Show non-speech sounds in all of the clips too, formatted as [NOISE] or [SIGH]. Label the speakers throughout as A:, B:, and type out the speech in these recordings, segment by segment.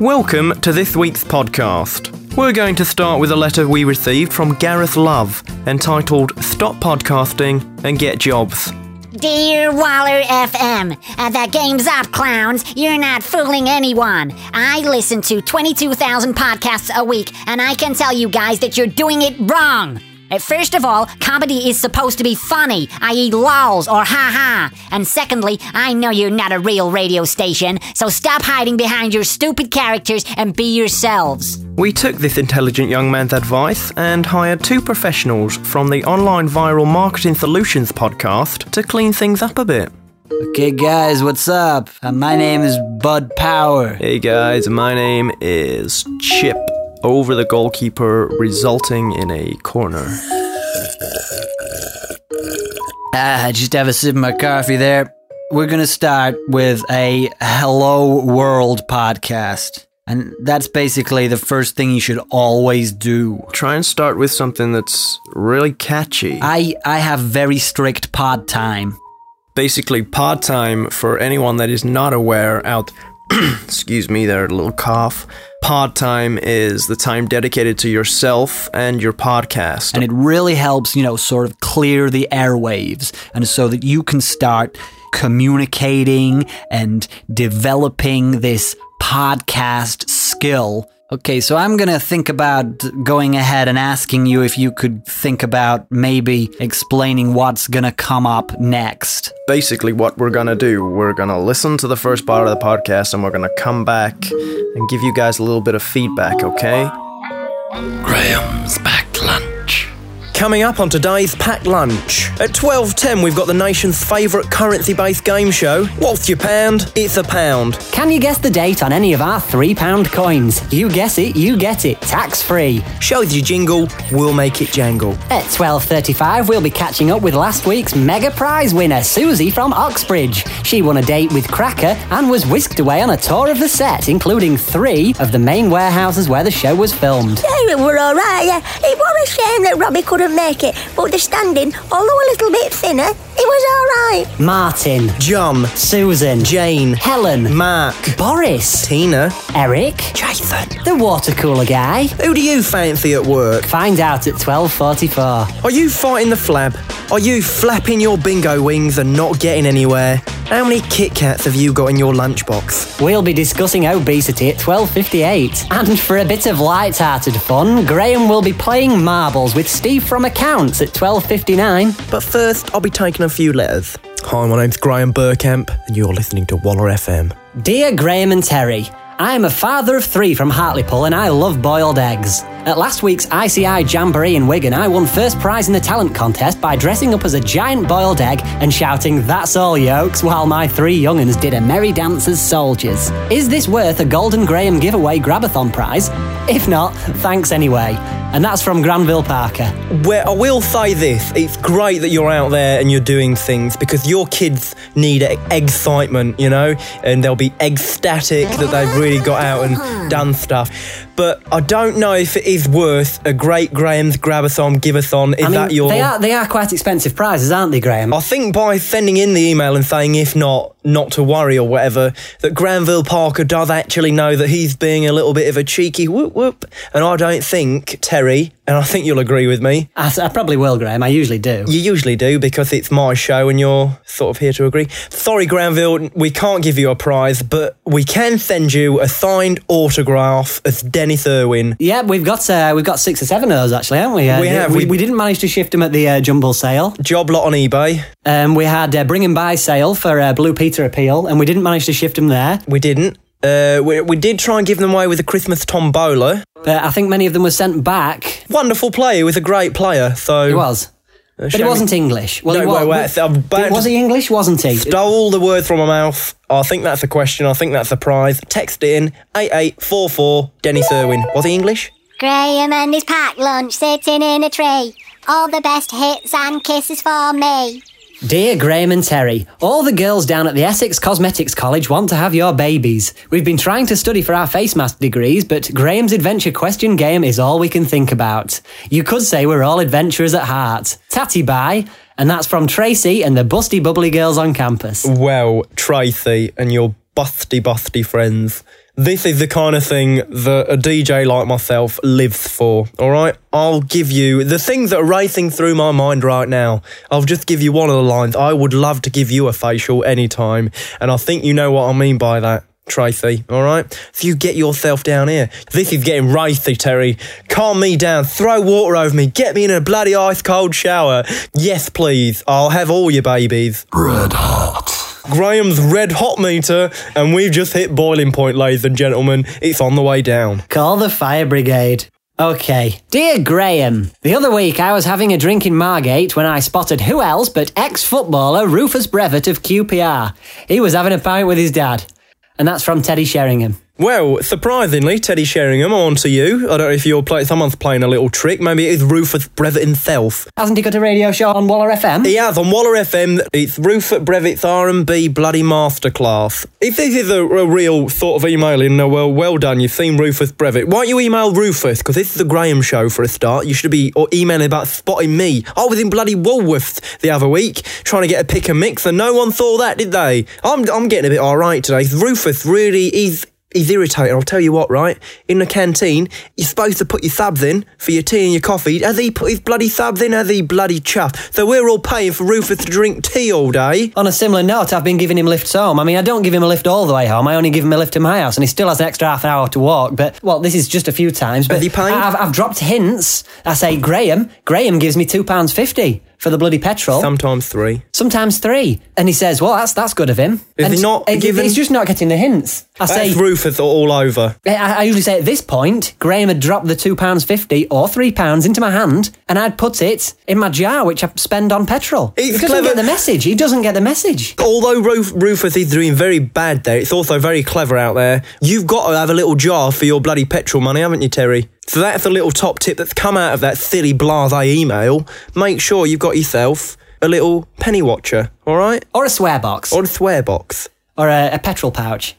A: Welcome to this week's podcast. We're going to start with a letter we received from Gareth Love entitled Stop Podcasting and Get Jobs.
B: Dear Waller FM, at that game's up, clowns. You're not fooling anyone. I listen to 22,000 podcasts a week, and I can tell you guys that you're doing it wrong. Uh, First of all, comedy is supposed to be funny, i.e., lols or ha ha. And secondly, I know you're not a real radio station, so stop hiding behind your stupid characters and be yourselves.
A: We took this intelligent young man's advice and hired two professionals from the Online Viral Marketing Solutions podcast to clean things up a bit.
C: Okay, guys, what's up? Uh, my name is [LAUGHS] Bud Power.
A: Hey guys, my name is Chip. Over the goalkeeper, resulting in a corner.
C: Ah, I just have a sip of my coffee there. We're gonna start with a Hello World podcast. And that's basically the first thing you should always do.
A: Try and start with something that's really catchy.
C: I, I have very strict pod time.
A: basically pod time for anyone that is not aware out [CLEARS THROAT] excuse me there a little cough pod time is the time dedicated to yourself and your podcast
C: And it really helps, you know, sort of clear the airwaves and so that you can start communicating and developing this podcast skill. Okay, so I'm going to think about going ahead and asking you if you could think about maybe explaining what's going to come up next.
A: basically what we're gonna do we're gonna listen to the first part of the podcast and we're gonna come back and give you guys a little bit of feedback okay
D: Graham's Back Lunch.
A: Coming up on today's packed lunch. At 12.10 we've got the nation's favourite currency-based game show. What's your pound? It's a pound.
E: Can you guess the date on any of our £3 coins? You guess it, you get it, tax free.
A: Shows you jingle, we'll make it jangle.
E: At 12.35, we'll be catching up with last week's mega prize winner, Susie from Oxbridge. She won a date with Cracker and was whisked away on a tour of the set, including three of the main warehouses where the show was filmed.
F: They were all right, yeah. It was a shame that Robbie couldn't make it, but the standing, although a little bit thinner, it was all right.
E: Martin,
A: John,
E: Susan,
A: Jane,
E: Helen,
A: Mark,
E: Boris,
A: Tina.
E: Eric,
A: Jason.
E: the water cooler guy.
A: Who do you fancy at work?
E: Find out at 12.44.
A: Are you fighting the flab? Are you flapping your bingo wings and not getting anywhere? How many Kit Kats have you got in your lunchbox?
E: We'll be discussing obesity at 12.58. And for a bit of light-hearted fun, Graham will be playing marbles with Steve from Accounts at 12.59.
A: But first, I'll be taking a few letters. Hi, my name's Graham Burkamp, and you're listening to Waller FM.
E: Dear Graham and Terry, I am a father of three from Hartlepool and I love boiled eggs. At last week's ICI Jamboree in Wigan, I won first prize in the talent contest by dressing up as a giant boiled egg and shouting, That's all, yokes, while my three young'uns did a merry dance as soldiers. Is this worth a Golden Graham giveaway grabathon prize? If not, thanks anyway. And that's from Granville Parker.
A: Well, I will say this it's great that you're out there and you're doing things because your kids need e- excitement, you know, and they'll be ecstatic that they've really got out and done stuff. But I don't know if it is worth a great Graham's Grabathon Giveathon. Is
E: I mean,
A: that your.
E: they are they are quite expensive prizes, aren't they, Graham?
A: I think by sending in the email and saying, if not, not to worry or whatever, that Granville Parker does actually know that he's being a little bit of a cheeky whoop whoop. And I don't think, Terry, and I think you'll agree with me,
E: I, I probably will, Graham. I usually do.
A: you usually do because it's my show and you're sort of here to agree. Sorry, Granville, we can't give you a prize, but we can send you a signed autograph of Dennis Irwin.
E: Yeah, we've got uh, we've got six or seven of those actually, haven't we? Uh,
A: We have,
E: We,
A: we-
E: we didn't manage to shift them at the uh, jumble sale.
A: Job lot on eBay.
E: Um, we had uh, bring and buy sale for uh, Blue Peter appeal, and we didn't manage to shift them there.
A: We didn't. Uh, we, we did try and give them away with a Christmas tombola.
E: But Uh, I think many of them were sent back.
A: Wonderful player, he was a great player. So
E: It was, but it
A: shame-
E: wasn't English. Well,
A: No,
E: he was,
A: wait, wait, I'm about
E: was
A: to-
E: he English? Wasn't he?
A: Stole the word from my mouth. I think that's a question. I think that's a prize. Text it in 8844 Dennis Irwin. Was he English?
F: Graham and his packed lunch sitting in a tree. All the best hits and kisses for me.
E: Dear Graham and Terry, all the girls down at the Essex Cosmetics College want to have your babies. We've been trying to study for our face mask degrees, but Graham's adventure question game is all we can think about. You could say we're all adventurers at heart. Tatty bye, and that's from Tracy and the busty bubbly girls on campus.
A: Well, Tracy and your busty busty friends. This is the kind of thing that a DJ like myself lives for, all right? I'll give you the things that are racing through my mind right now. I'll just give you one of the lines. I would love to give you a facial anytime, and I think you know what I mean by that. Tracy, all right? So you get yourself down here. This is getting racy, Terry. Calm me down, throw water over me, get me in a bloody ice cold shower. Yes, please. I'll have all your babies.
G: Red hot.
A: Graham's red hot meter, and we've just hit boiling point, ladies and gentlemen. It's on the way down.
E: Call the fire brigade. Okay. Dear Graham, the other week I was having a drink in Margate when I spotted who else but ex footballer Rufus Brevet of QPR. He was having a pint with his dad. And that's from Teddy Sheringham.
A: Well, surprisingly, Teddy Sheringham, on to you. I don't know if you're playing, someone's playing a little trick. Maybe it is Rufus Brevet himself.
E: Hasn't he got a radio show on Waller FM?
A: He has on Waller FM. It's Rupert Brevitt's R&B Bloody Masterclass. If this is a, a real sort of email in, uh, well, well done. You've seen Rufus Brevitt. Why don't you email Rufus? Because this is the Graham show for a start. You should be or emailing about spotting me. I was in bloody Woolworths the other week trying to get a pick and mix, and no one saw that, did they? I'm I'm getting a bit all right today. Rufus really is. He's irritating. I'll tell you what, right? In the canteen, you're supposed to put your subs in for your tea and your coffee. Has he put his bloody subs in? Has he bloody chuff? So we're all paying for Rufus to drink tea all day.
E: On a similar note, I've been giving him lifts home. I mean, I don't give him a lift all the way home. I only give him a lift to my house, and he still has an extra half an hour to walk. But well, this is just a few times. But
A: he paid?
E: I- I've, I've dropped hints. I say Graham. Graham gives me two pounds fifty for the bloody petrol.
A: Sometimes three.
E: sometimes three, and he says, "Well, that's that's good of him."
A: Is
E: and
A: he not
E: and
A: given-
E: He's just not getting the hints. I say.
A: That's Rufus all over.
E: I I usually say at this point, Graham had dropped the £2.50 or £3 into my hand and I'd put it in my jar, which I spend on petrol.
A: He's
E: he doesn't
A: clever.
E: get the message. He doesn't get the message.
A: Although Ruf- Rufus is doing very bad there, it's also very clever out there. You've got to have a little jar for your bloody petrol money, haven't you, Terry? So that's a little top tip that's come out of that silly blase email. Make sure you've got yourself a little penny watcher, all right?
E: Or a swear box. Or,
A: Or a swear box.
E: a, a petrol pouch.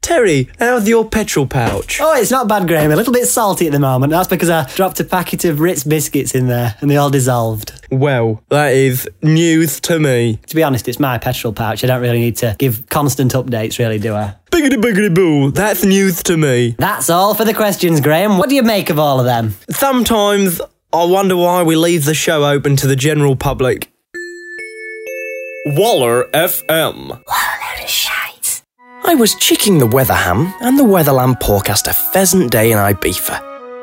A: Terry, how's your petrol pouch?
E: Oh, it's not bad, Graham. A little bit salty at the moment. That's because I dropped a packet of Ritz biscuits in there and they all dissolved.
A: Well, that is news to me.
E: To be honest, it's my petrol pouch. I don't really need to give constant updates, really, do I?
A: Biggity biggity boo, that's news to me.
E: That's all for the questions, Graham. What do you make of all of them?
A: Sometimes I wonder why we leave the show open to the general public. Waller FM.
H: I was checking the Weatherham and the Weatherland forecast a pheasant day in Ibiza.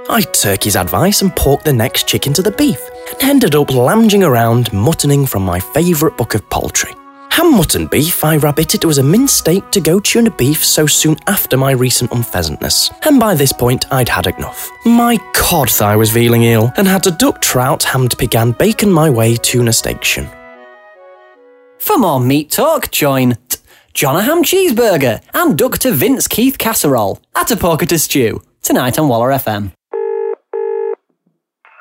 H: I took his advice and porked the next chicken to the beef, and ended up lounging around muttoning from my favourite book of poultry. Ham mutton beef, I rabbited, was a minced steak to go tuna beef so soon after my recent unpheasantness, and by this point I'd had enough. My cod I was feeling ill, and had to duck trout, hammed pig and bacon my way tuna station.
E: For more meat talk, join t- Jonaham Cheeseburger and duck to Vince Keith Casserole at a poker to stew tonight on Waller FM.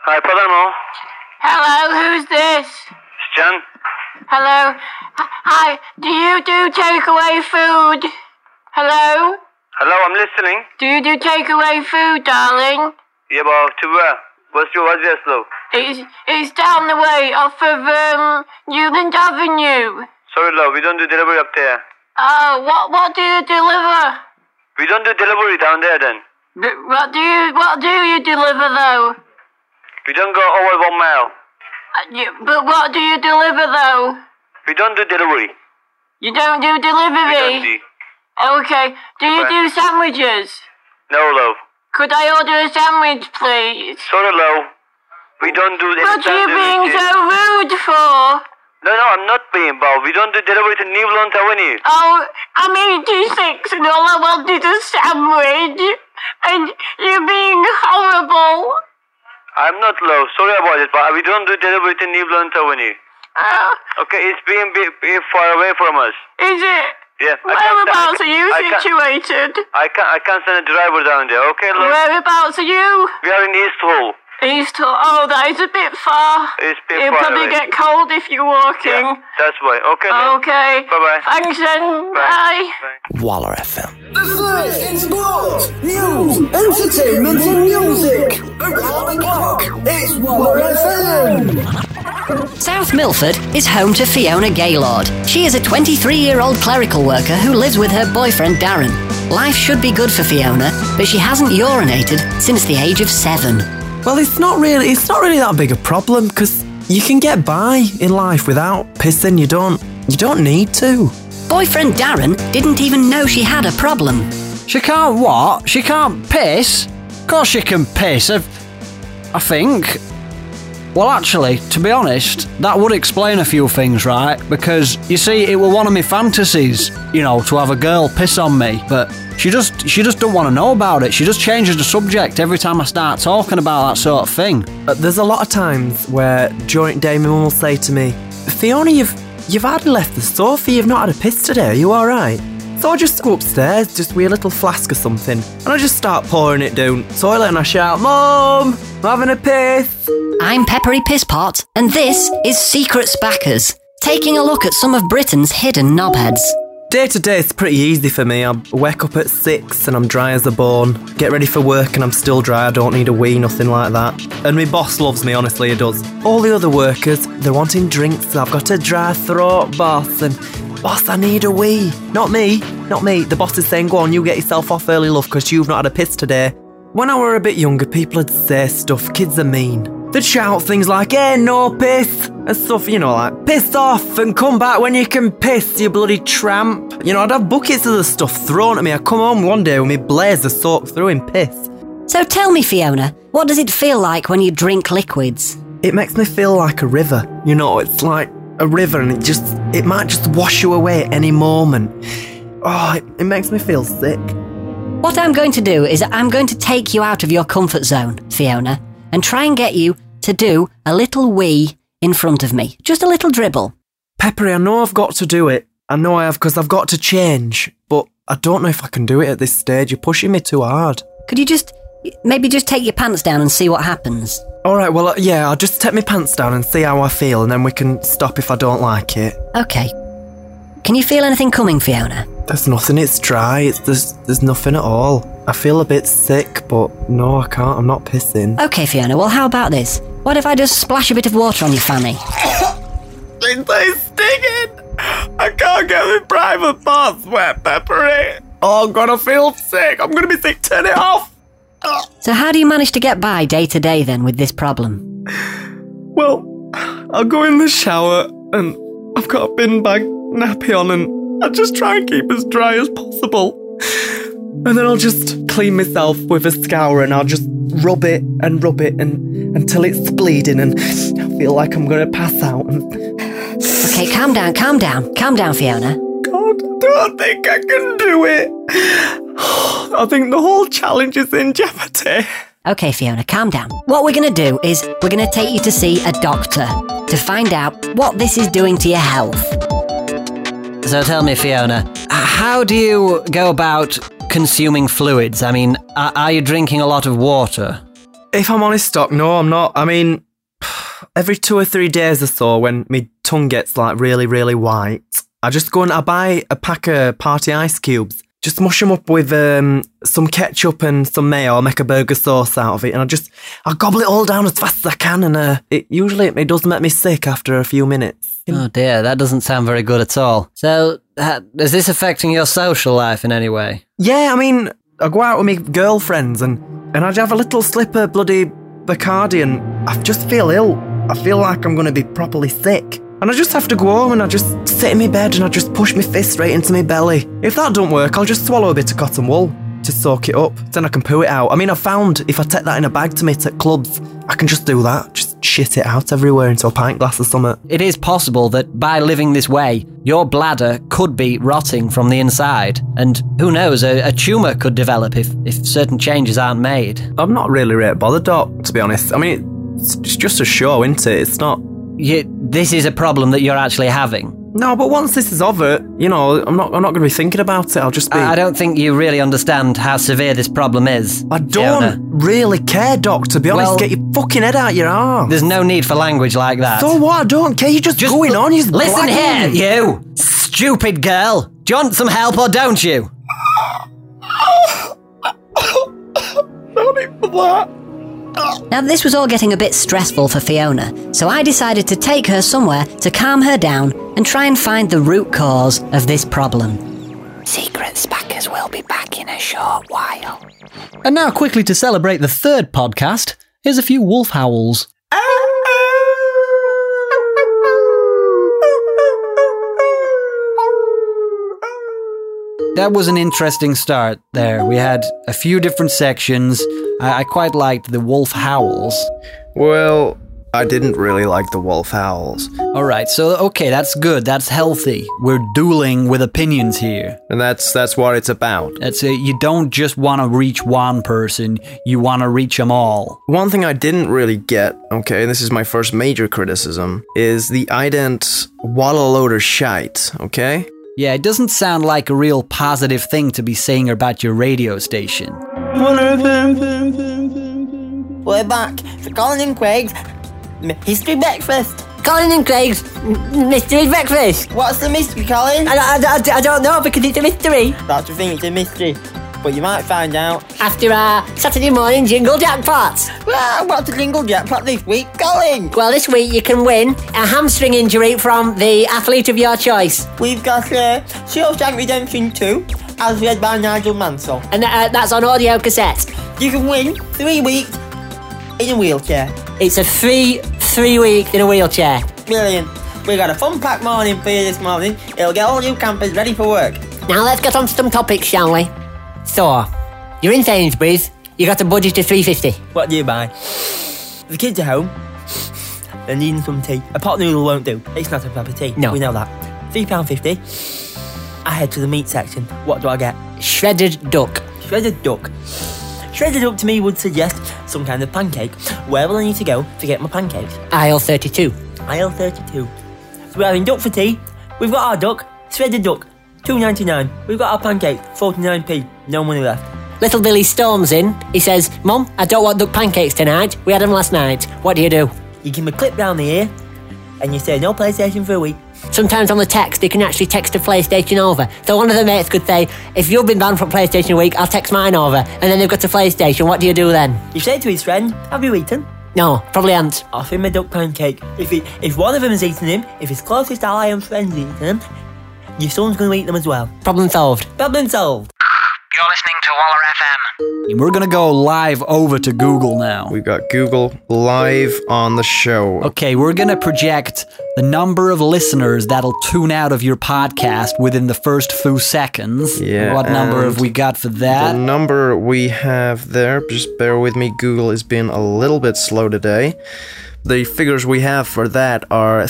I: Hi, Palermo.
J: Hello, who's this?
I: It's John.
J: Hello. H- Hi, do you do takeaway food? Hello?
I: Hello, I'm listening.
J: Do you do takeaway food, darling?
I: Yeah, but to where? What's your address, though?
J: It's, it's down the way off of um, Newland Avenue.
I: Sorry, love, we don't do delivery up there.
J: Oh, what what do you deliver?
I: We don't do delivery down there, then.
J: B- What do you what do you deliver though?
I: We don't go over one mile.
J: Uh, you- But what do you deliver though?
I: We don't do delivery.
J: You don't do
I: We don't do.
J: delivery. Okay. Do you
I: Right.
J: do sandwiches?
I: No, love.
J: Could I order a sandwich, please?
I: Sorry, love. We don't do any
J: What are you
I: delivery
J: being
I: to-
J: so rude for?
I: No, no, I'm not being Bob. We don't do delivery to New London Avenue.
J: Oh, I'm 86 and all I want is a sandwich. And you're being horrible.
I: I'm not, love. Sorry about it, but we don't do delivery to New London Avenue.
J: Oh,
I: Okay, it's being a bit- bit far away from us.
J: is it?
I: Yeah. I can't-
J: Whereabouts are you
I: I can't-
J: situated?
I: I can't, I can't send a driver down there, okay, love?
J: Whereabouts are you?
I: We are in East Hall.
J: East Hall. Oh, that is a bit far.
I: It's a bit
J: You'll
I: far
J: probably
I: away.
J: get cold if you're
I: Yeah,
J: walking.
I: that's why. Okay. then.
J: Okay.
I: Bye-bye.
J: Thanks then. Bye.
I: Bye.
H: Waller FM.
K: in sports, news, entertainment, and music. Around the clock, it's Waller FM.
L: South Milford is home to Fiona Gaylord. She is a 23 year old clerical worker who lives with her boyfriend Darren. Life should be good for Fiona, but she hasn't urinated since the age of seven.
A: Well, it's not really it's not really that big a problem because you can get by in life without pissing. You don't you don't need to.
L: Boyfriend Darren didn't even know she had a problem.
M: She can't what? She can't piss? Of course she can piss. I, I think. Well, actually, to be honest, that would explain a few things, right? Because you see, it were one of my fantasies, you know, to have a girl piss on me. But she just, she just don't want to know about it. She just changes the subject every time I start talking about that sort of thing.
A: But Uh, there's a lot of times where joint day my mum will say to me, Fiona, you've you've hardly left the sofa, you've not had a piss today, are you alright? So I just go upstairs, just with a little flask or something, and I just start pouring it down the toilet and I shout, Mum, I'm having a piss.
L: I'm Peppery Pisspot, and this is Secret Spackers, taking a look at some of Britain's hidden knobheads.
A: Day to day, it's pretty easy for me. I wake up at six and I'm dry as a bone. Get ready for work and I'm still dry. I don't need a wee, nothing like that. And my boss loves me, honestly, he does. All the other workers, they're wanting drinks. I've got a dry throat, boss. And boss, I need a wee. Not me, not me. The boss is saying, go on, you get yourself off early, love, because you've not had a piss today. When I were a bit younger, people would say stuff. Kids are mean. They'd shout things like, eh, no piss, and stuff, you know, like, piss off and come back when you can piss, you bloody tramp. You know, I'd have buckets of the stuff thrown at me. I'd come home one day with me blazer soaked through in piss.
L: So tell me, Fiona, what does it feel like when you drink liquids?
A: It makes me feel like a river. You know, it's like a river and it just, it might just wash you away at any moment. Oh, it, it makes me feel sick.
L: What I'm going to do is I'm going to take you out of your comfort zone, Fiona, and try and get you to do a little wee in front of me. Just a little dribble.
A: Peppery, I know I've got to do it. I know I have because I've got to change, but I don't know if I can do it at this stage. You're pushing me too hard.
L: Could you just maybe just take your pants down and see what happens?
A: All right, well, uh, yeah, I'll just take my pants down and see how I feel, and then we can stop if I don't like it.
L: Okay. Can you feel anything coming, Fiona?
A: There's nothing. It's dry. It's there's there's nothing at all. I feel a bit sick, but no, I can't. I'm not pissing.
L: Okay, Fiona, well, how about this? What if I just splash a bit of water on your fanny?
N: It's so stinging. I can't get my private parts wet, Peppery. Oh, I'm gonna feel sick. I'm gonna be sick. Turn it off.
L: So, how do you manage to get by day to day then with this problem?
N: Well, I'll go in the shower and I've got a bin bag nappy on and I'll just try and keep as dry as possible.
A: And then I'll just clean myself with a scour and I'll just rub it and rub it and until it's bleeding and I feel like I'm gonna pass out and
L: Okay, calm down, calm down, calm down, Fiona.
N: God, I don't think I can do it. [SIGHS] I think the whole challenge is in jeopardy.
L: Okay, Fiona, calm down. What we're gonna do is we're gonna take you to see a doctor to find out what this is doing to your health.
E: So tell me, Fiona, h- how do you go about consuming fluids? I mean, are, are you drinking a lot of water?
A: If I'm honest, Doc, no, I'm not. I mean, [SIGHS] every two or three days or so, when my tongue gets like really, really white, I just go and I buy a pack of party ice cubes. Just mush them up with um, some ketchup and some mayo. I make a burger sauce out of it, and I just I gobble it all down as fast as I can. And uh, it usually it does make me sick after a few minutes.
E: Oh dear, that doesn't sound very good at all. So, ha- is this affecting your social life in any way?
A: Yeah, I mean, I go out with my girlfriends and and I'd have a little slip of bloody Bacardi and I just feel ill. I feel like I'm going to be properly sick. And I just have to go home and I just sit in my bed and I just push my fist straight into my belly. If that don't work, I'll just swallow a bit of cotton wool to soak it up. Then I can poo it out. I mean, I found if I take that in a bag to me at clubs, I can just do that. Just shit it out everywhere into a pint glass or something.
E: It is possible that by living this way, your bladder could be rotting from the inside, and who knows, a, a tumour could develop if, if certain changes aren't made.
A: I'm not really really bothered, Doc, to be honest. I mean, it's it's just a show, isn't it? It's not.
E: You, this is a problem that you're actually having.
A: No, but once this is over, you know, I'm not. I'm not going to be thinking about it. I'll just be.
E: I I don't think you really understand how severe this problem is.
A: I don't really care, Doc. To be honest,
E: Well-
A: get your fucking head out your arse.
E: There's no need for language like that.
A: So what? I don't care. You're just, going on. You're
E: Listen here,
A: blagging.
E: you stupid girl. Do you want some help or don't you?
L: Now, this was all getting a bit stressful for Fiona, so I decided to take her somewhere to calm her down and try and find the root cause of this problem.
O: Secret Spackers will be back in a short while.
C: And now, quickly to celebrate the third podcast, here's a few wolf howls. That was an interesting start there. We had a few different sections. I, I quite liked the wolf howls.
D: Well, I didn't really like the wolf howls.
C: All right, so okay, that's good. That's healthy. We're dueling with opinions here.
D: And that's that's what it's about.
C: That's it. You don't just want to reach one person, you want to reach them all.
D: One thing I didn't really get, okay, and this is my first major criticism, is the ident wallow loader shite, okay?
C: Yeah, it doesn't sound like a real positive thing to be saying about your radio station.
O: We're back for Colin and Craig's M- History Breakfast.
P: Colin and Craig's m- mystery breakfast.
O: What's the mystery, Colin?
P: I, I, I, I don't know because it's a mystery.
O: That's the thing, it's a mystery. But you might find out.
P: After our Saturday morning jingle jackpots.
O: Well, what's the jingle jackpot this week, Colin?
P: Well, this week you can win a hamstring injury from the athlete of your choice.
O: We've got uh, Shawshank Redemption 2, as read by Nigel Mansell.
P: And tha- uh, that's on audio cassette.
O: You can win three weeks in a wheelchair.
P: It's a free three week in a wheelchair.
O: Brilliant. We got a fun packed morning for you this morning. It'll get all you campers ready for work.
P: Now let's get on to some topics, shall we? So, you're in Sainsbury's. You got a budget of 350.
O: What do you buy? The kids are home. They're needing some tea. A pot noodle won't do. It's not a proper tea.
P: No.
O: We know that. £3.50. I head to the meat section. What do I get?
P: Shredded duck.
O: Shredded duck. Shredded duck to me would suggest some kind of pancake. Where will I need to go to get my pancakes?
P: Aisle 32.
O: Aisle 32. So we're having duck for tea. We've got our duck, shredded duck, two ninety nine. We've got our pancake, forty nine p. No money left.
P: Little Billy storms in. He says, Mum, I don't want duck pancakes tonight. We had them last night. What do you do?
O: You give him a clip down the ear, and you say no PlayStation for a week.
P: Sometimes on the text, you can actually text a PlayStation over. So one of the mates could say, If you've been banned from PlayStation a week, I'll text mine over. And then they've got a PlayStation. What do you do then?
O: You say to his friend, "Have you eaten?"
P: No, probably aren't.
O: Offer him a duck pancake. If he, if one of them has eaten him, if his closest ally and friend's eaten him, your son's going to eat them as well.
P: Problem solved.
O: Problem solved.
Q: You're listening to Waller FM.
C: And we're gonna go live over to Google now.
D: We've got Google live on the show.
C: Okay, we're gonna project the number of listeners that'll tune out of your podcast within the first few seconds.
D: Yeah,
C: What number
D: and
C: have we got for
D: The
C: that?
D: number we have there, just bear with me, Google is being a little bit slow today. The figures we have for that are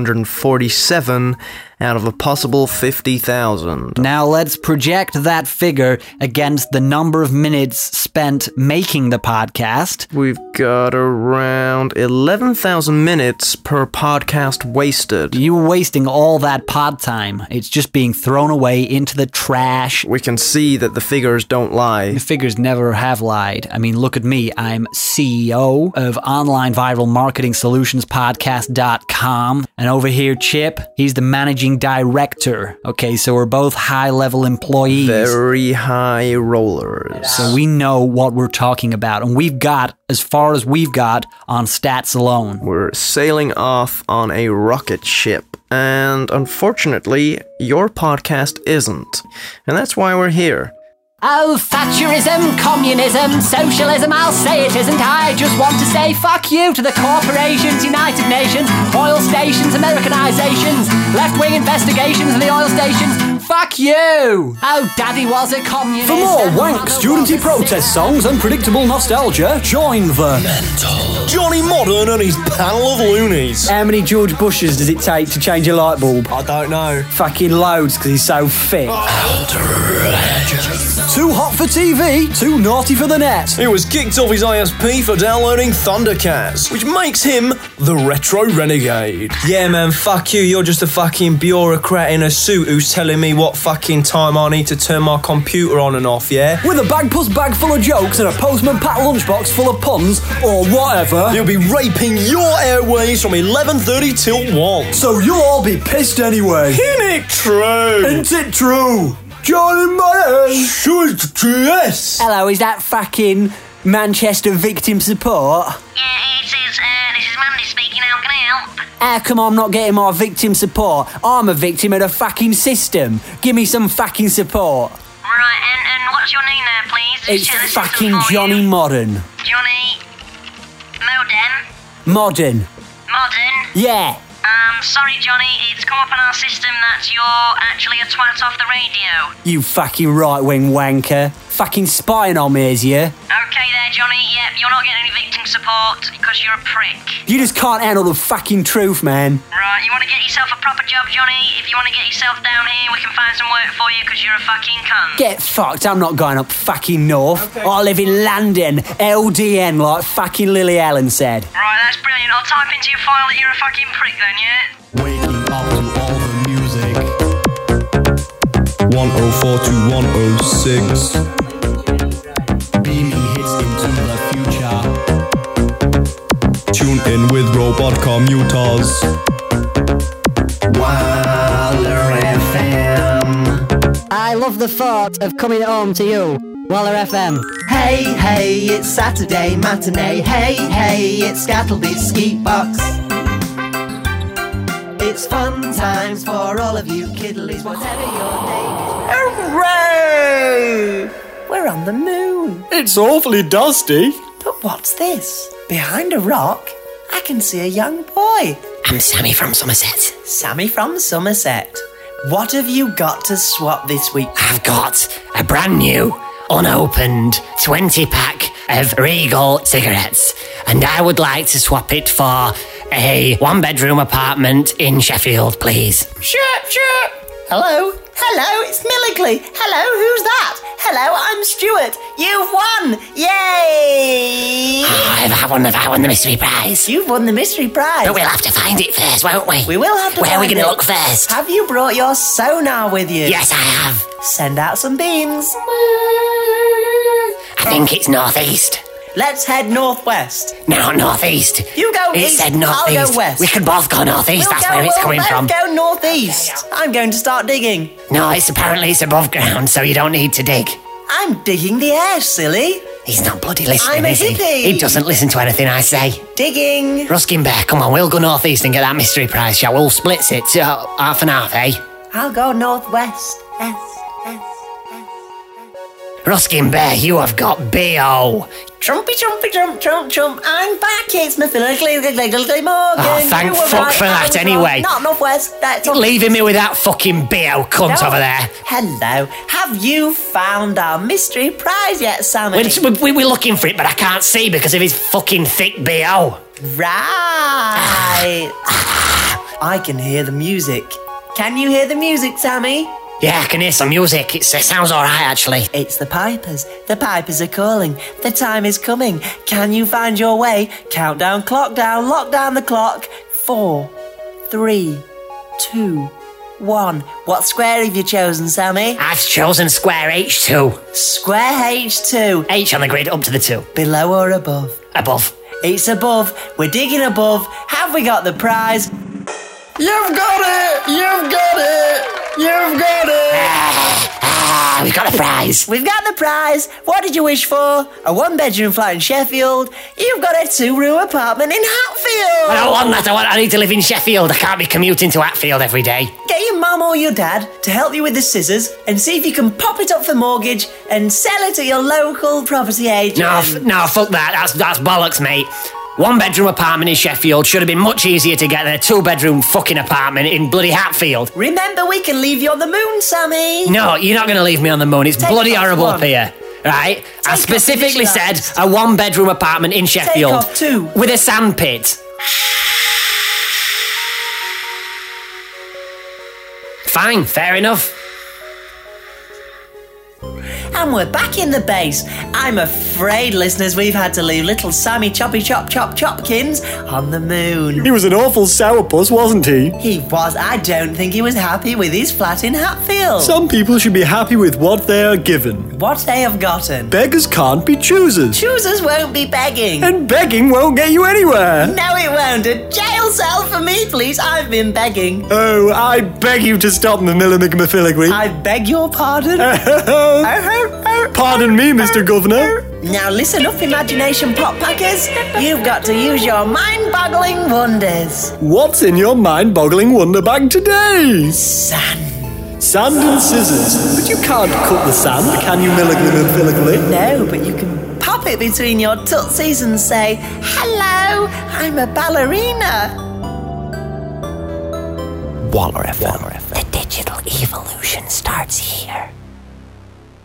D: 31,547 out of a possible 50,000.
C: Now let's project that figure against the number of minutes spent making the podcast.
D: We've got around 11,000 minutes per podcast wasted.
C: You were wasting all that pod time. It's just being thrown away into the trash.
D: We can see that the figures don't lie.
C: The figures never have lied. I mean, look at me. I'm CEO of Online Viral Marketing Solutions Podcast.com. And over here, Chip, he's the managing director. Okay, so we're both high level employees.
D: Very high rollers.
C: So we know what we're talking about. And we've got, as far as we've got, on stats alone.
D: We're sailing off on a rocket ship, and unfortunately, your podcast isn't. And that's why we're here.
E: Oh, Thatcherism, communism, socialism, I'll say it isn't. I just want to say fuck you to the corporations, United Nations, oil stations, Americanizations, left wing investigations of the oil stations. Fuck you! Oh, daddy was a communist.
C: For more wank studenty protest songs and predictable nostalgia, join the
R: Johnny Modern and his panel of loonies.
S: How many George Bushes does it take to change a light bulb? I don't know. Fucking loads because he's so fit.
K: Too hot for TV, too naughty for the net.
R: He was kicked off his ISP for downloading Thundercats, which makes him the retro renegade.
A: Yeah, man, fuck you. You're just a fucking bureaucrat in a suit who's telling me what fucking time I need to turn my computer on and off, yeah?
K: With a bagpuss bag full of jokes and a postman pack lunchbox full of puns or whatever,
R: He'll be raping your airways from 11.30 till 1.
K: so you'll all be pissed anyway.
R: Isn't it true?
K: Isn't it true? Johnny Mullen!
R: Should dress!
E: Hello, is that fucking Manchester victim support?
Q: uh, Yeah, it is. Uh, this is Mandy speaking. How can I help?
E: How Ah, come I'm not getting my victim support? I'm a victim of the fucking system. Give me some fucking support.
Q: Right, and, and what's your name there, please?
E: It's
Q: Check the system
E: fucking
Q: for you.
E: Johnny Modern.
Q: Johnny Moden.
E: Modern.
Q: Modern.
E: Yeah.
Q: Um, sorry, Johnny, it's come up on our system that you're actually a twat off the radio.
E: You fucking right wing wanker. Fucking spying on me, is you?
Q: Okay, there, Johnny. Yep, you're not getting any victim support because you're a prick.
E: You just can't [LAUGHS] handle the fucking truth, man.
Q: Right, you want to get yourself a proper job, Johnny? If you want to get yourself down here, we can find some work for you because you're a fucking cunt.
E: Get fucked. I'm not going up fucking north. I live in London. LDN, like fucking Lily Allen said.
Q: Right, that's brilliant. I'll type into your file that you're a fucking prick then, yeah?
T: 104 to 106. Beaming hits into the future. Tune in with robot commuters. Wilder FM.
U: I love the thought of coming home to you, Waller FM.
P: Hey, hey, it's Saturday matinee. Hey, hey, it's Scattleby's Skeet Box. It's fun times for all of you kiddlies, whatever your name is.
N: Hooray!
P: We're on the moon.
N: It's awfully dusty.
P: But what's this? Behind a rock, I can see a young boy. I'm Sammy from Somerset. Sammy from Somerset. What have you got to swap this week?
V: I've got a brand new, unopened 20 pack of Regal cigarettes, and I would like to swap it for a one bedroom apartment in Sheffield, please.
P: Shut, shut. Hello? Hello, it's Milligly. Hello, who's that? Hello, I'm Stuart. You've won! Yay!
V: I've I won the, I won the mystery prize.
P: You've won the mystery prize.
V: But we'll have to find it first, won't we?
P: We will have to
V: Where are we
P: find
V: gonna
P: it.
V: look first?
P: Have you brought your sonar with you?
V: Yes, I have.
P: Send out some beams.
V: I think it's northeast.
P: Let's head northwest.
V: No, northeast.
P: You go
V: It
P: east.
V: said northeast.
P: I'll go west.
V: We could both go northeast,
P: We'll
V: that's
P: go-
V: where it's
P: we'll
V: coming
P: both
V: from.
P: go northeast. I'm going to start digging.
V: No, it's apparently it's above ground, so you don't need to dig.
P: I'm digging the air, silly.
V: He's not bloody listening,
P: I'm a
V: is he?
P: hippie.
V: He doesn't listen to anything I say.
P: Digging.
V: Ruskin Bear, come on, we'll go northeast and get that mystery prize, shall we? We'll split it, so half and half, eh?
P: I'll go northwest. Yes.
V: Ruskin Bear, you have got B.O.
P: Trumpy, trumpy, trump, trump, trump. I'm back. It's Mifflin Morgan.
V: Oh, thank
P: You were
V: fuck for
P: I
V: that
P: was wrong.
V: anyway.
P: Not northwest. That's
V: Leaving me with that fucking B.O. cunt
P: No.
V: over there.
P: Hello. Have you found our mystery prize yet, Sammy?
V: We're, just- we- we- we're looking for it, but I can't see because of his fucking thick B.O.
P: Ah, Right. I can hear the music. Can you hear the music, Sammy?
V: Yeah, I can hear some music. It's, it sounds alright, actually.
P: It's the pipers. The pipers are calling. The time is coming. Can you find your way? Countdown, clock down, lock down the clock. Four, three, two, one. What square have you chosen, Sammy?
V: I've chosen square H2.
P: Square H2.
V: H on the grid, up to the 2.
P: Below or above?
V: Above.
P: It's above. We're digging above. Have we got the prize?
N: You've got it! You've got it! You've got it!
V: Ah, we've got a prize.
P: We've got the prize. What did you wish for? A one bedroom flat in Sheffield. You've got a two room apartment in Hatfield.
V: I don't want that. I, want, I need to live in Sheffield. I can't be commuting to Hatfield every day.
P: Get your mum or your dad to help you with the scissors and see if you can pop it up for mortgage and sell it at your local property agent.
V: No, f- no, fuck that. That's that's bollocks, mate. One bedroom apartment in Sheffield should have been much easier to get than a two bedroom fucking apartment in bloody Hatfield.
P: Remember, we can leave you on the moon, Sammy.
V: No, you're not going to leave me on the moon. It's
P: Take
V: bloody
P: off
V: horrible
P: one.
V: up here. Right? I
P: off
V: specifically
P: conditioner.
V: said a one bedroom apartment in Sheffield.
P: off two.
V: With a sandpit. Fine, fair enough.
P: And we're back in the base. I'm afraid, listeners, we've had to leave little Sammy Choppy Chop Chop Chopkins on the moon.
N: He was an awful sourpuss, wasn't he?
P: He was. I don't think he was happy with his flat in
K: Oh.
P: Hatfield.
N: Some people should be happy with what they are given.
P: What they have gotten.
N: Beggars can't be choosers.
P: Choosers won't be begging.
N: And begging won't get you anywhere.
P: No, it won't. A jail cell for me, please. I've been begging.
N: Oh, I beg you to stop Manila
W: [LAUGHS]
N: McMaphiligree.
P: I beg your pardon?
N: Pardon me, Mr. Governor.
P: Now listen up, imagination pop packers. You've got to use your mind-boggling wonders.
W: What's in your mind boggling wonder bag today? Sand. Sand and scissors. But you can't cut the sand, can you, Milligan and Filligley?
P: No, but you can pop it between your tootsies and say, "Hello, I'm a ballerina."
X: Waller FM.
F: The digital evolution starts here.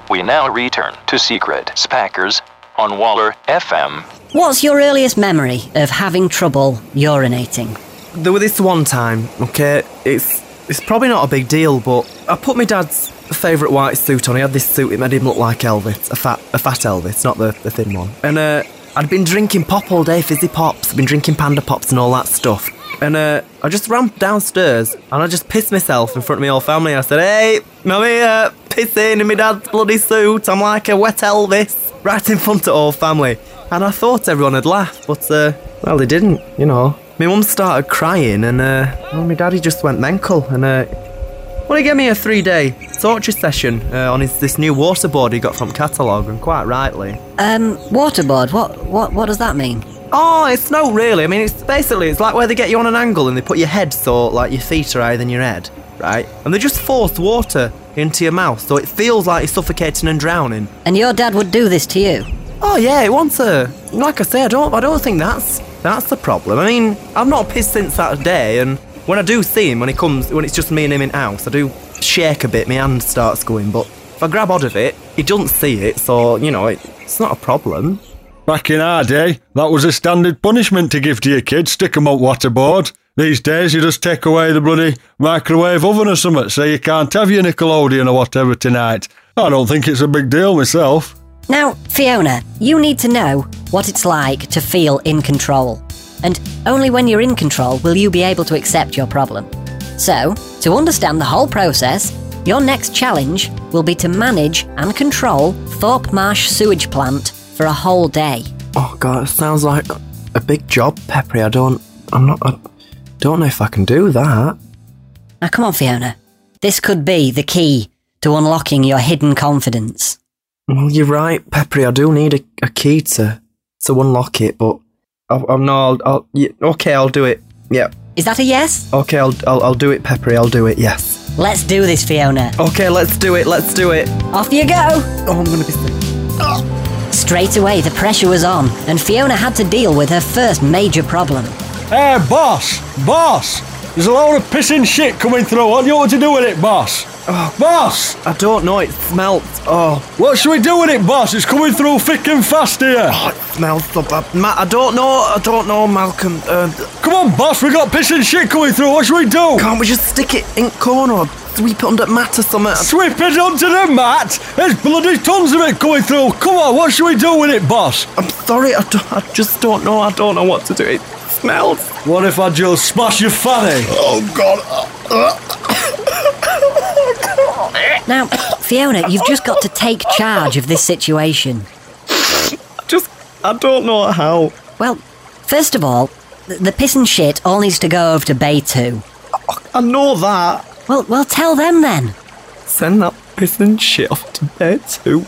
B: We now return to Secret Spackers on Waller FM.
L: What's your earliest memory of having trouble urinating?
A: There was this one time, okay, it's it's probably not a big deal, but I put my dad's favourite white suit on. He had this suit, it made him look like Elvis, a fat a fat Elvis, not the, the thin one. And uh, I'd been drinking pop all day, fizzy pops, been drinking panda pops and all that stuff. And uh, I just ran downstairs and I just pissed myself in front of my whole family. I said, hey, mummy, uh, pissing in my dad's bloody suit. I'm like a wet Elvis. Right in front of all family. And I thought everyone had laughed, but uh, well, they didn't, you know. My mum started crying and uh, well, my daddy just went mental and uh, well, he gave me a three day torture session uh, on his, this new waterboard he got from catalogue, and quite rightly.
L: Um, waterboard. What what what does that mean?
A: Oh, it's no really. I mean, it's basically it's like where they get you on an angle and they put your head so like your feet are higher than your head, right? And they just force water into your mouth, so it feels like you're suffocating and drowning.
L: And your dad would do this to you.
A: Oh yeah, it wants to. Like I say, I don't. I don't think that's that's the problem. I mean, I've not pissed since that day, and when I do see him, when he comes, when it's just me and him in house, I do shake a bit. My hand starts going, but if I grab hold of it, he doesn't see it, so you know it, it's not a problem.
K: Back in our day, that was a standard punishment to give to your kids, stick 'em up waterboard. These days, you just take away the bloody microwave oven or something, so you can't have your Nickelodeon or whatever tonight. I don't think it's a big deal myself.
L: Now, Fiona, you need to know what it's like to feel in control. And only when you're in control will you be able to accept your problem. So, to understand the whole process, your next challenge will be to manage and control Thorpe Marsh sewage plant for a whole day.
A: Oh god, it sounds like a big job, Peppery. I don't. I'm not. I don't know if I can do that.
L: Now, come on, Fiona. This could be the key to unlocking your hidden confidence.
A: Well, you're right, Peppery. I do need a, a key to to unlock it, but I, I'm not. I'll, I'll, yeah, okay, I'll do it. Yeah.
L: Is that a yes?
A: Okay, I'll, I'll I'll do it, Peppery. I'll do it. Yes.
L: Let's do this, Fiona.
A: Okay, let's do it. Let's do it.
L: Off you go!
A: Oh, I'm gonna be sick.
L: Straight away, the pressure was on, and Fiona had to deal with her first major problem.
K: Hey, boss! Boss! There's a load of pissing shit coming through. What do you want to do with it, boss? boss!
A: Oh, I don't know. It smells. Oh.
K: What should we do with it, boss? It's coming through thick and fast here.
A: Oh, Smells so bad. Ma- I don't know. I don't know, Malcolm. Um,
K: Come on, boss. We got pissing shit coming through. What should we do?
A: can't we just stick it in corner or sweep it under mat or something?
K: Sweep it onto the mat. There's bloody tons of it coming through. Come on, what should we do with it, boss?
A: I'm sorry. I, don't, I just don't know. I don't know what to do. It smells.
K: What if I just smash your fanny?
T: Oh god.
L: Now, [COUGHS] Fiona, you've just got to take charge of this situation.
A: Just, I don't know how.
L: Well, first of all, th- the piss and shit all needs to go over to Bay 2.
A: I know that.
L: Well, well, tell them then.
A: Send that piss and shit off to bed too.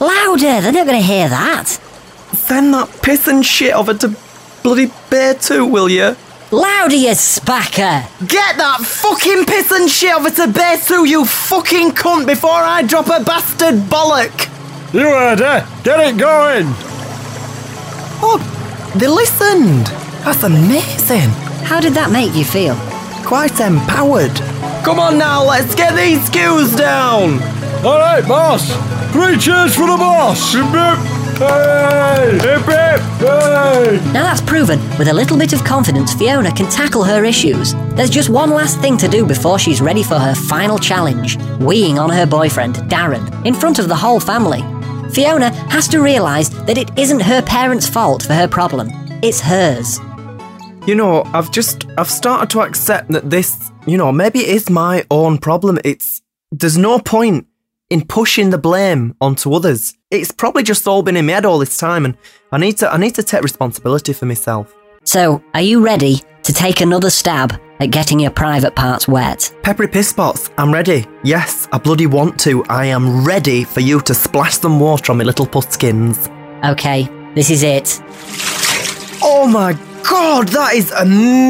L: Louder, they're not going to hear that.
A: Send that piss and shit over to bloody bear too, will you?
L: Louder, you spacker!
A: Get that fucking piss and shit over to Bear Sue, you fucking cunt, before I drop a bastard bollock!
K: You heard her. Get it going.
A: Oh, they listened. That's amazing.
L: How did that make you feel?
A: Quite empowered. Come on now, let's get these skews down.
K: All right, boss. Three cheers for the boss. Hip hip. Hey! Hip hip. Hey!
L: Now that's proven, with a little bit of confidence, Fiona can tackle her issues. There's just one last thing to do before she's ready for her final challenge weeing on her boyfriend, Darren, in front of the whole family. Fiona has to realise that it isn't her parents' fault for her problem, it's hers.
A: You know, I've just I've started to accept that this, you know, maybe it is my own problem. It's there's no point in pushing the blame onto others. It's probably just all been in my head all this time and I need to I need to take responsibility for myself.
L: So, are you ready to take another stab at getting your private parts wet?
A: Peppery piss spots, I'm ready. Yes, I bloody want to. I am ready for you to splash some water on my little pusskins.
L: Okay, this is it.
D: Oh my god, that is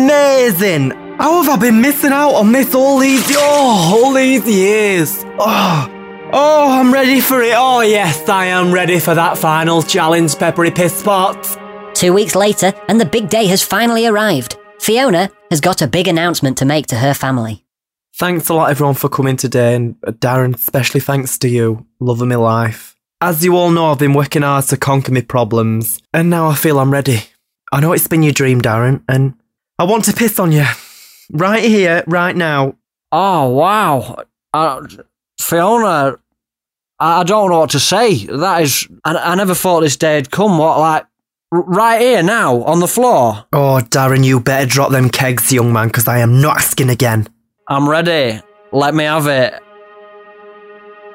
D: amazing! How have I been missing out on this all these oh, all these years? Oh,
Q: Oh, I'm ready for it. Oh, yes, I am ready for that final challenge, Peppery Piss Spots.
L: Two weeks later, and the big day has finally arrived. Fiona has got a big announcement to make to her family.
D: Thanks a lot, everyone, for coming today, and uh, Darren, especially thanks to you, love of my life. As you all know, I've been working hard to conquer my problems, and now I feel I'm ready. I know it's been your dream, Darren, and I want to piss on you. Right here, right now.
A: Oh, wow. Uh, Fiona, I, I don't know what to say. That is, I, I never thought this day had come. What, like, r- right here now, on the floor?
D: Oh, Darren, you better drop them kegs, young man, because I am not asking again.
A: I'm ready. Let me have it.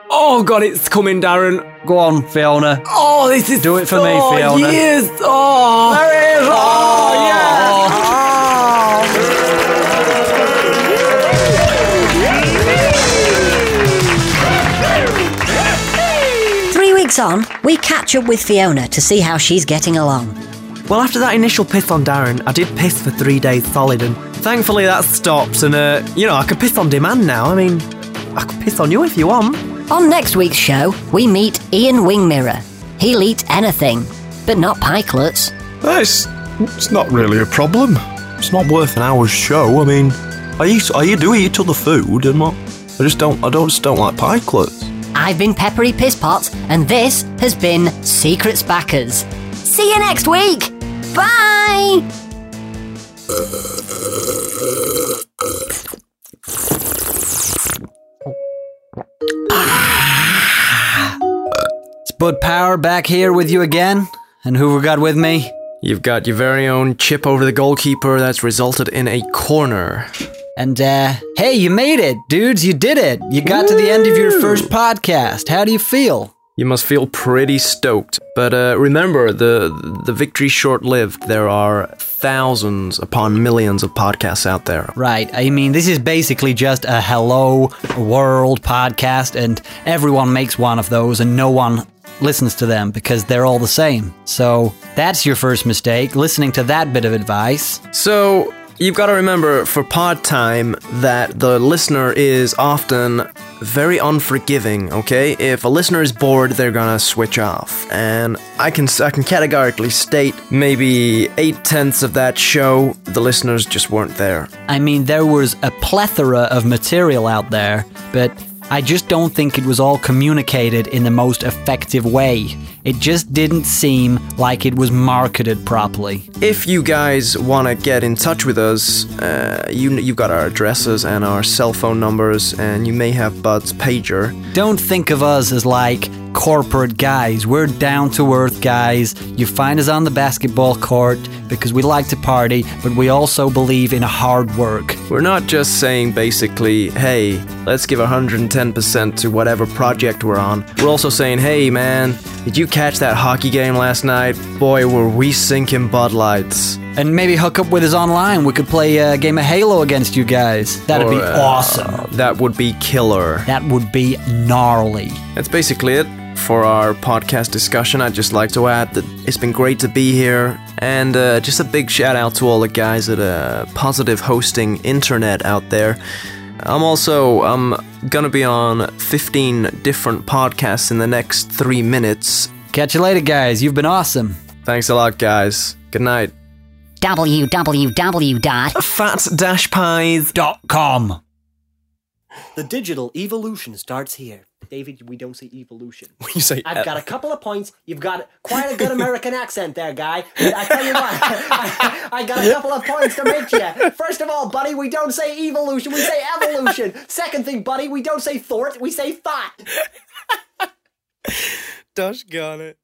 Q: Oh, God, it's coming, Darren.
A: Go on, Fiona.
Q: Oh, this is
A: Do it for
Q: oh,
A: me, Fiona.
Q: Yes. Oh, there it is. Oh,
E: Oh.
L: Three weeks on, we catch up with Fiona to see how she's getting along.
D: Well, after that initial piss on Darren, I did piss for three days solid, and thankfully that stopped. And uh, you know, I can piss on demand now. I mean, I could piss on you if you want.
L: On next week's show, we meet Ian Wingmirror. He'll eat anything, but not pikelets.
K: That's it's not really a problem. It's not worth an hour's show. I mean, I eat, I do eat other food, and what? I just don't, I don't, just don't like pikelets.
L: I've been Peppery Pisspot, and this has been Secrets Backers. See you next week! Bye!
C: It's Bud Power back here with you again. And who we got with me?
D: You've got your very own chip over the goalkeeper that's resulted in a corner.
C: And uh, hey, you made it, dudes! You did it! You got to the end of your first podcast. How do you feel?
D: You must feel pretty stoked. But uh, remember, the the victory's short lived. There are thousands upon millions of podcasts out there.
C: Right. I mean, this is basically just a hello world podcast, and everyone makes one of those, and no one listens to them because they're all the same. So that's your first mistake, listening to that bit of advice.
D: So you've got to remember for pod time that the listener is often very unforgiving. Okay, if a listener is bored, they're gonna switch off, and I can I can categorically state maybe eight tenths of that show the listeners just weren't there.
C: I mean, there was a plethora of material out there, but I just don't think it was all communicated in the most effective way. It just didn't seem like it was marketed properly.
D: If you guys want to get in touch with us, uh, you you've got our addresses and our cell phone numbers, and you may have Bud's pager.
C: Don't think of us as like corporate guys. We're down to earth guys. You find us on the basketball court because we like to party, but we also believe in hard work.
D: We're not just saying basically, hey, let's give 110% to whatever project we're on. We're also saying, hey, man, did you catch that hockey game last night? Boy, were we sinking Bud Lights.
C: And maybe hook up with us online. We could play a game of Halo against you guys. That'd be
D: Or, uh,
C: awesome.
D: That would be killer.
C: That would be gnarly.
D: That's basically it for our podcast discussion. I'd just like to add that it's been great to be here, and uh, just a big shout out to all the guys at uh, Positive Hosting Internet out there. I'm also I'm gonna be on 15 different podcasts in the next three minutes.
C: Catch you later, guys. You've been awesome.
D: Thanks a lot, guys. Good night.
C: www.fat-pies.com.
E: The digital evolution starts here. David, we don't say [LAUGHS] evolution.
Y: You say
E: I've
Y: F.
E: got a couple of points. You've got quite a good American accent there, guy. But I tell you what, I, I got a couple of points to make you. First of all, buddy, we don't say evolution, we say evolution. Second thing, buddy, we don't say thort, we say thought.
D: Dash got it.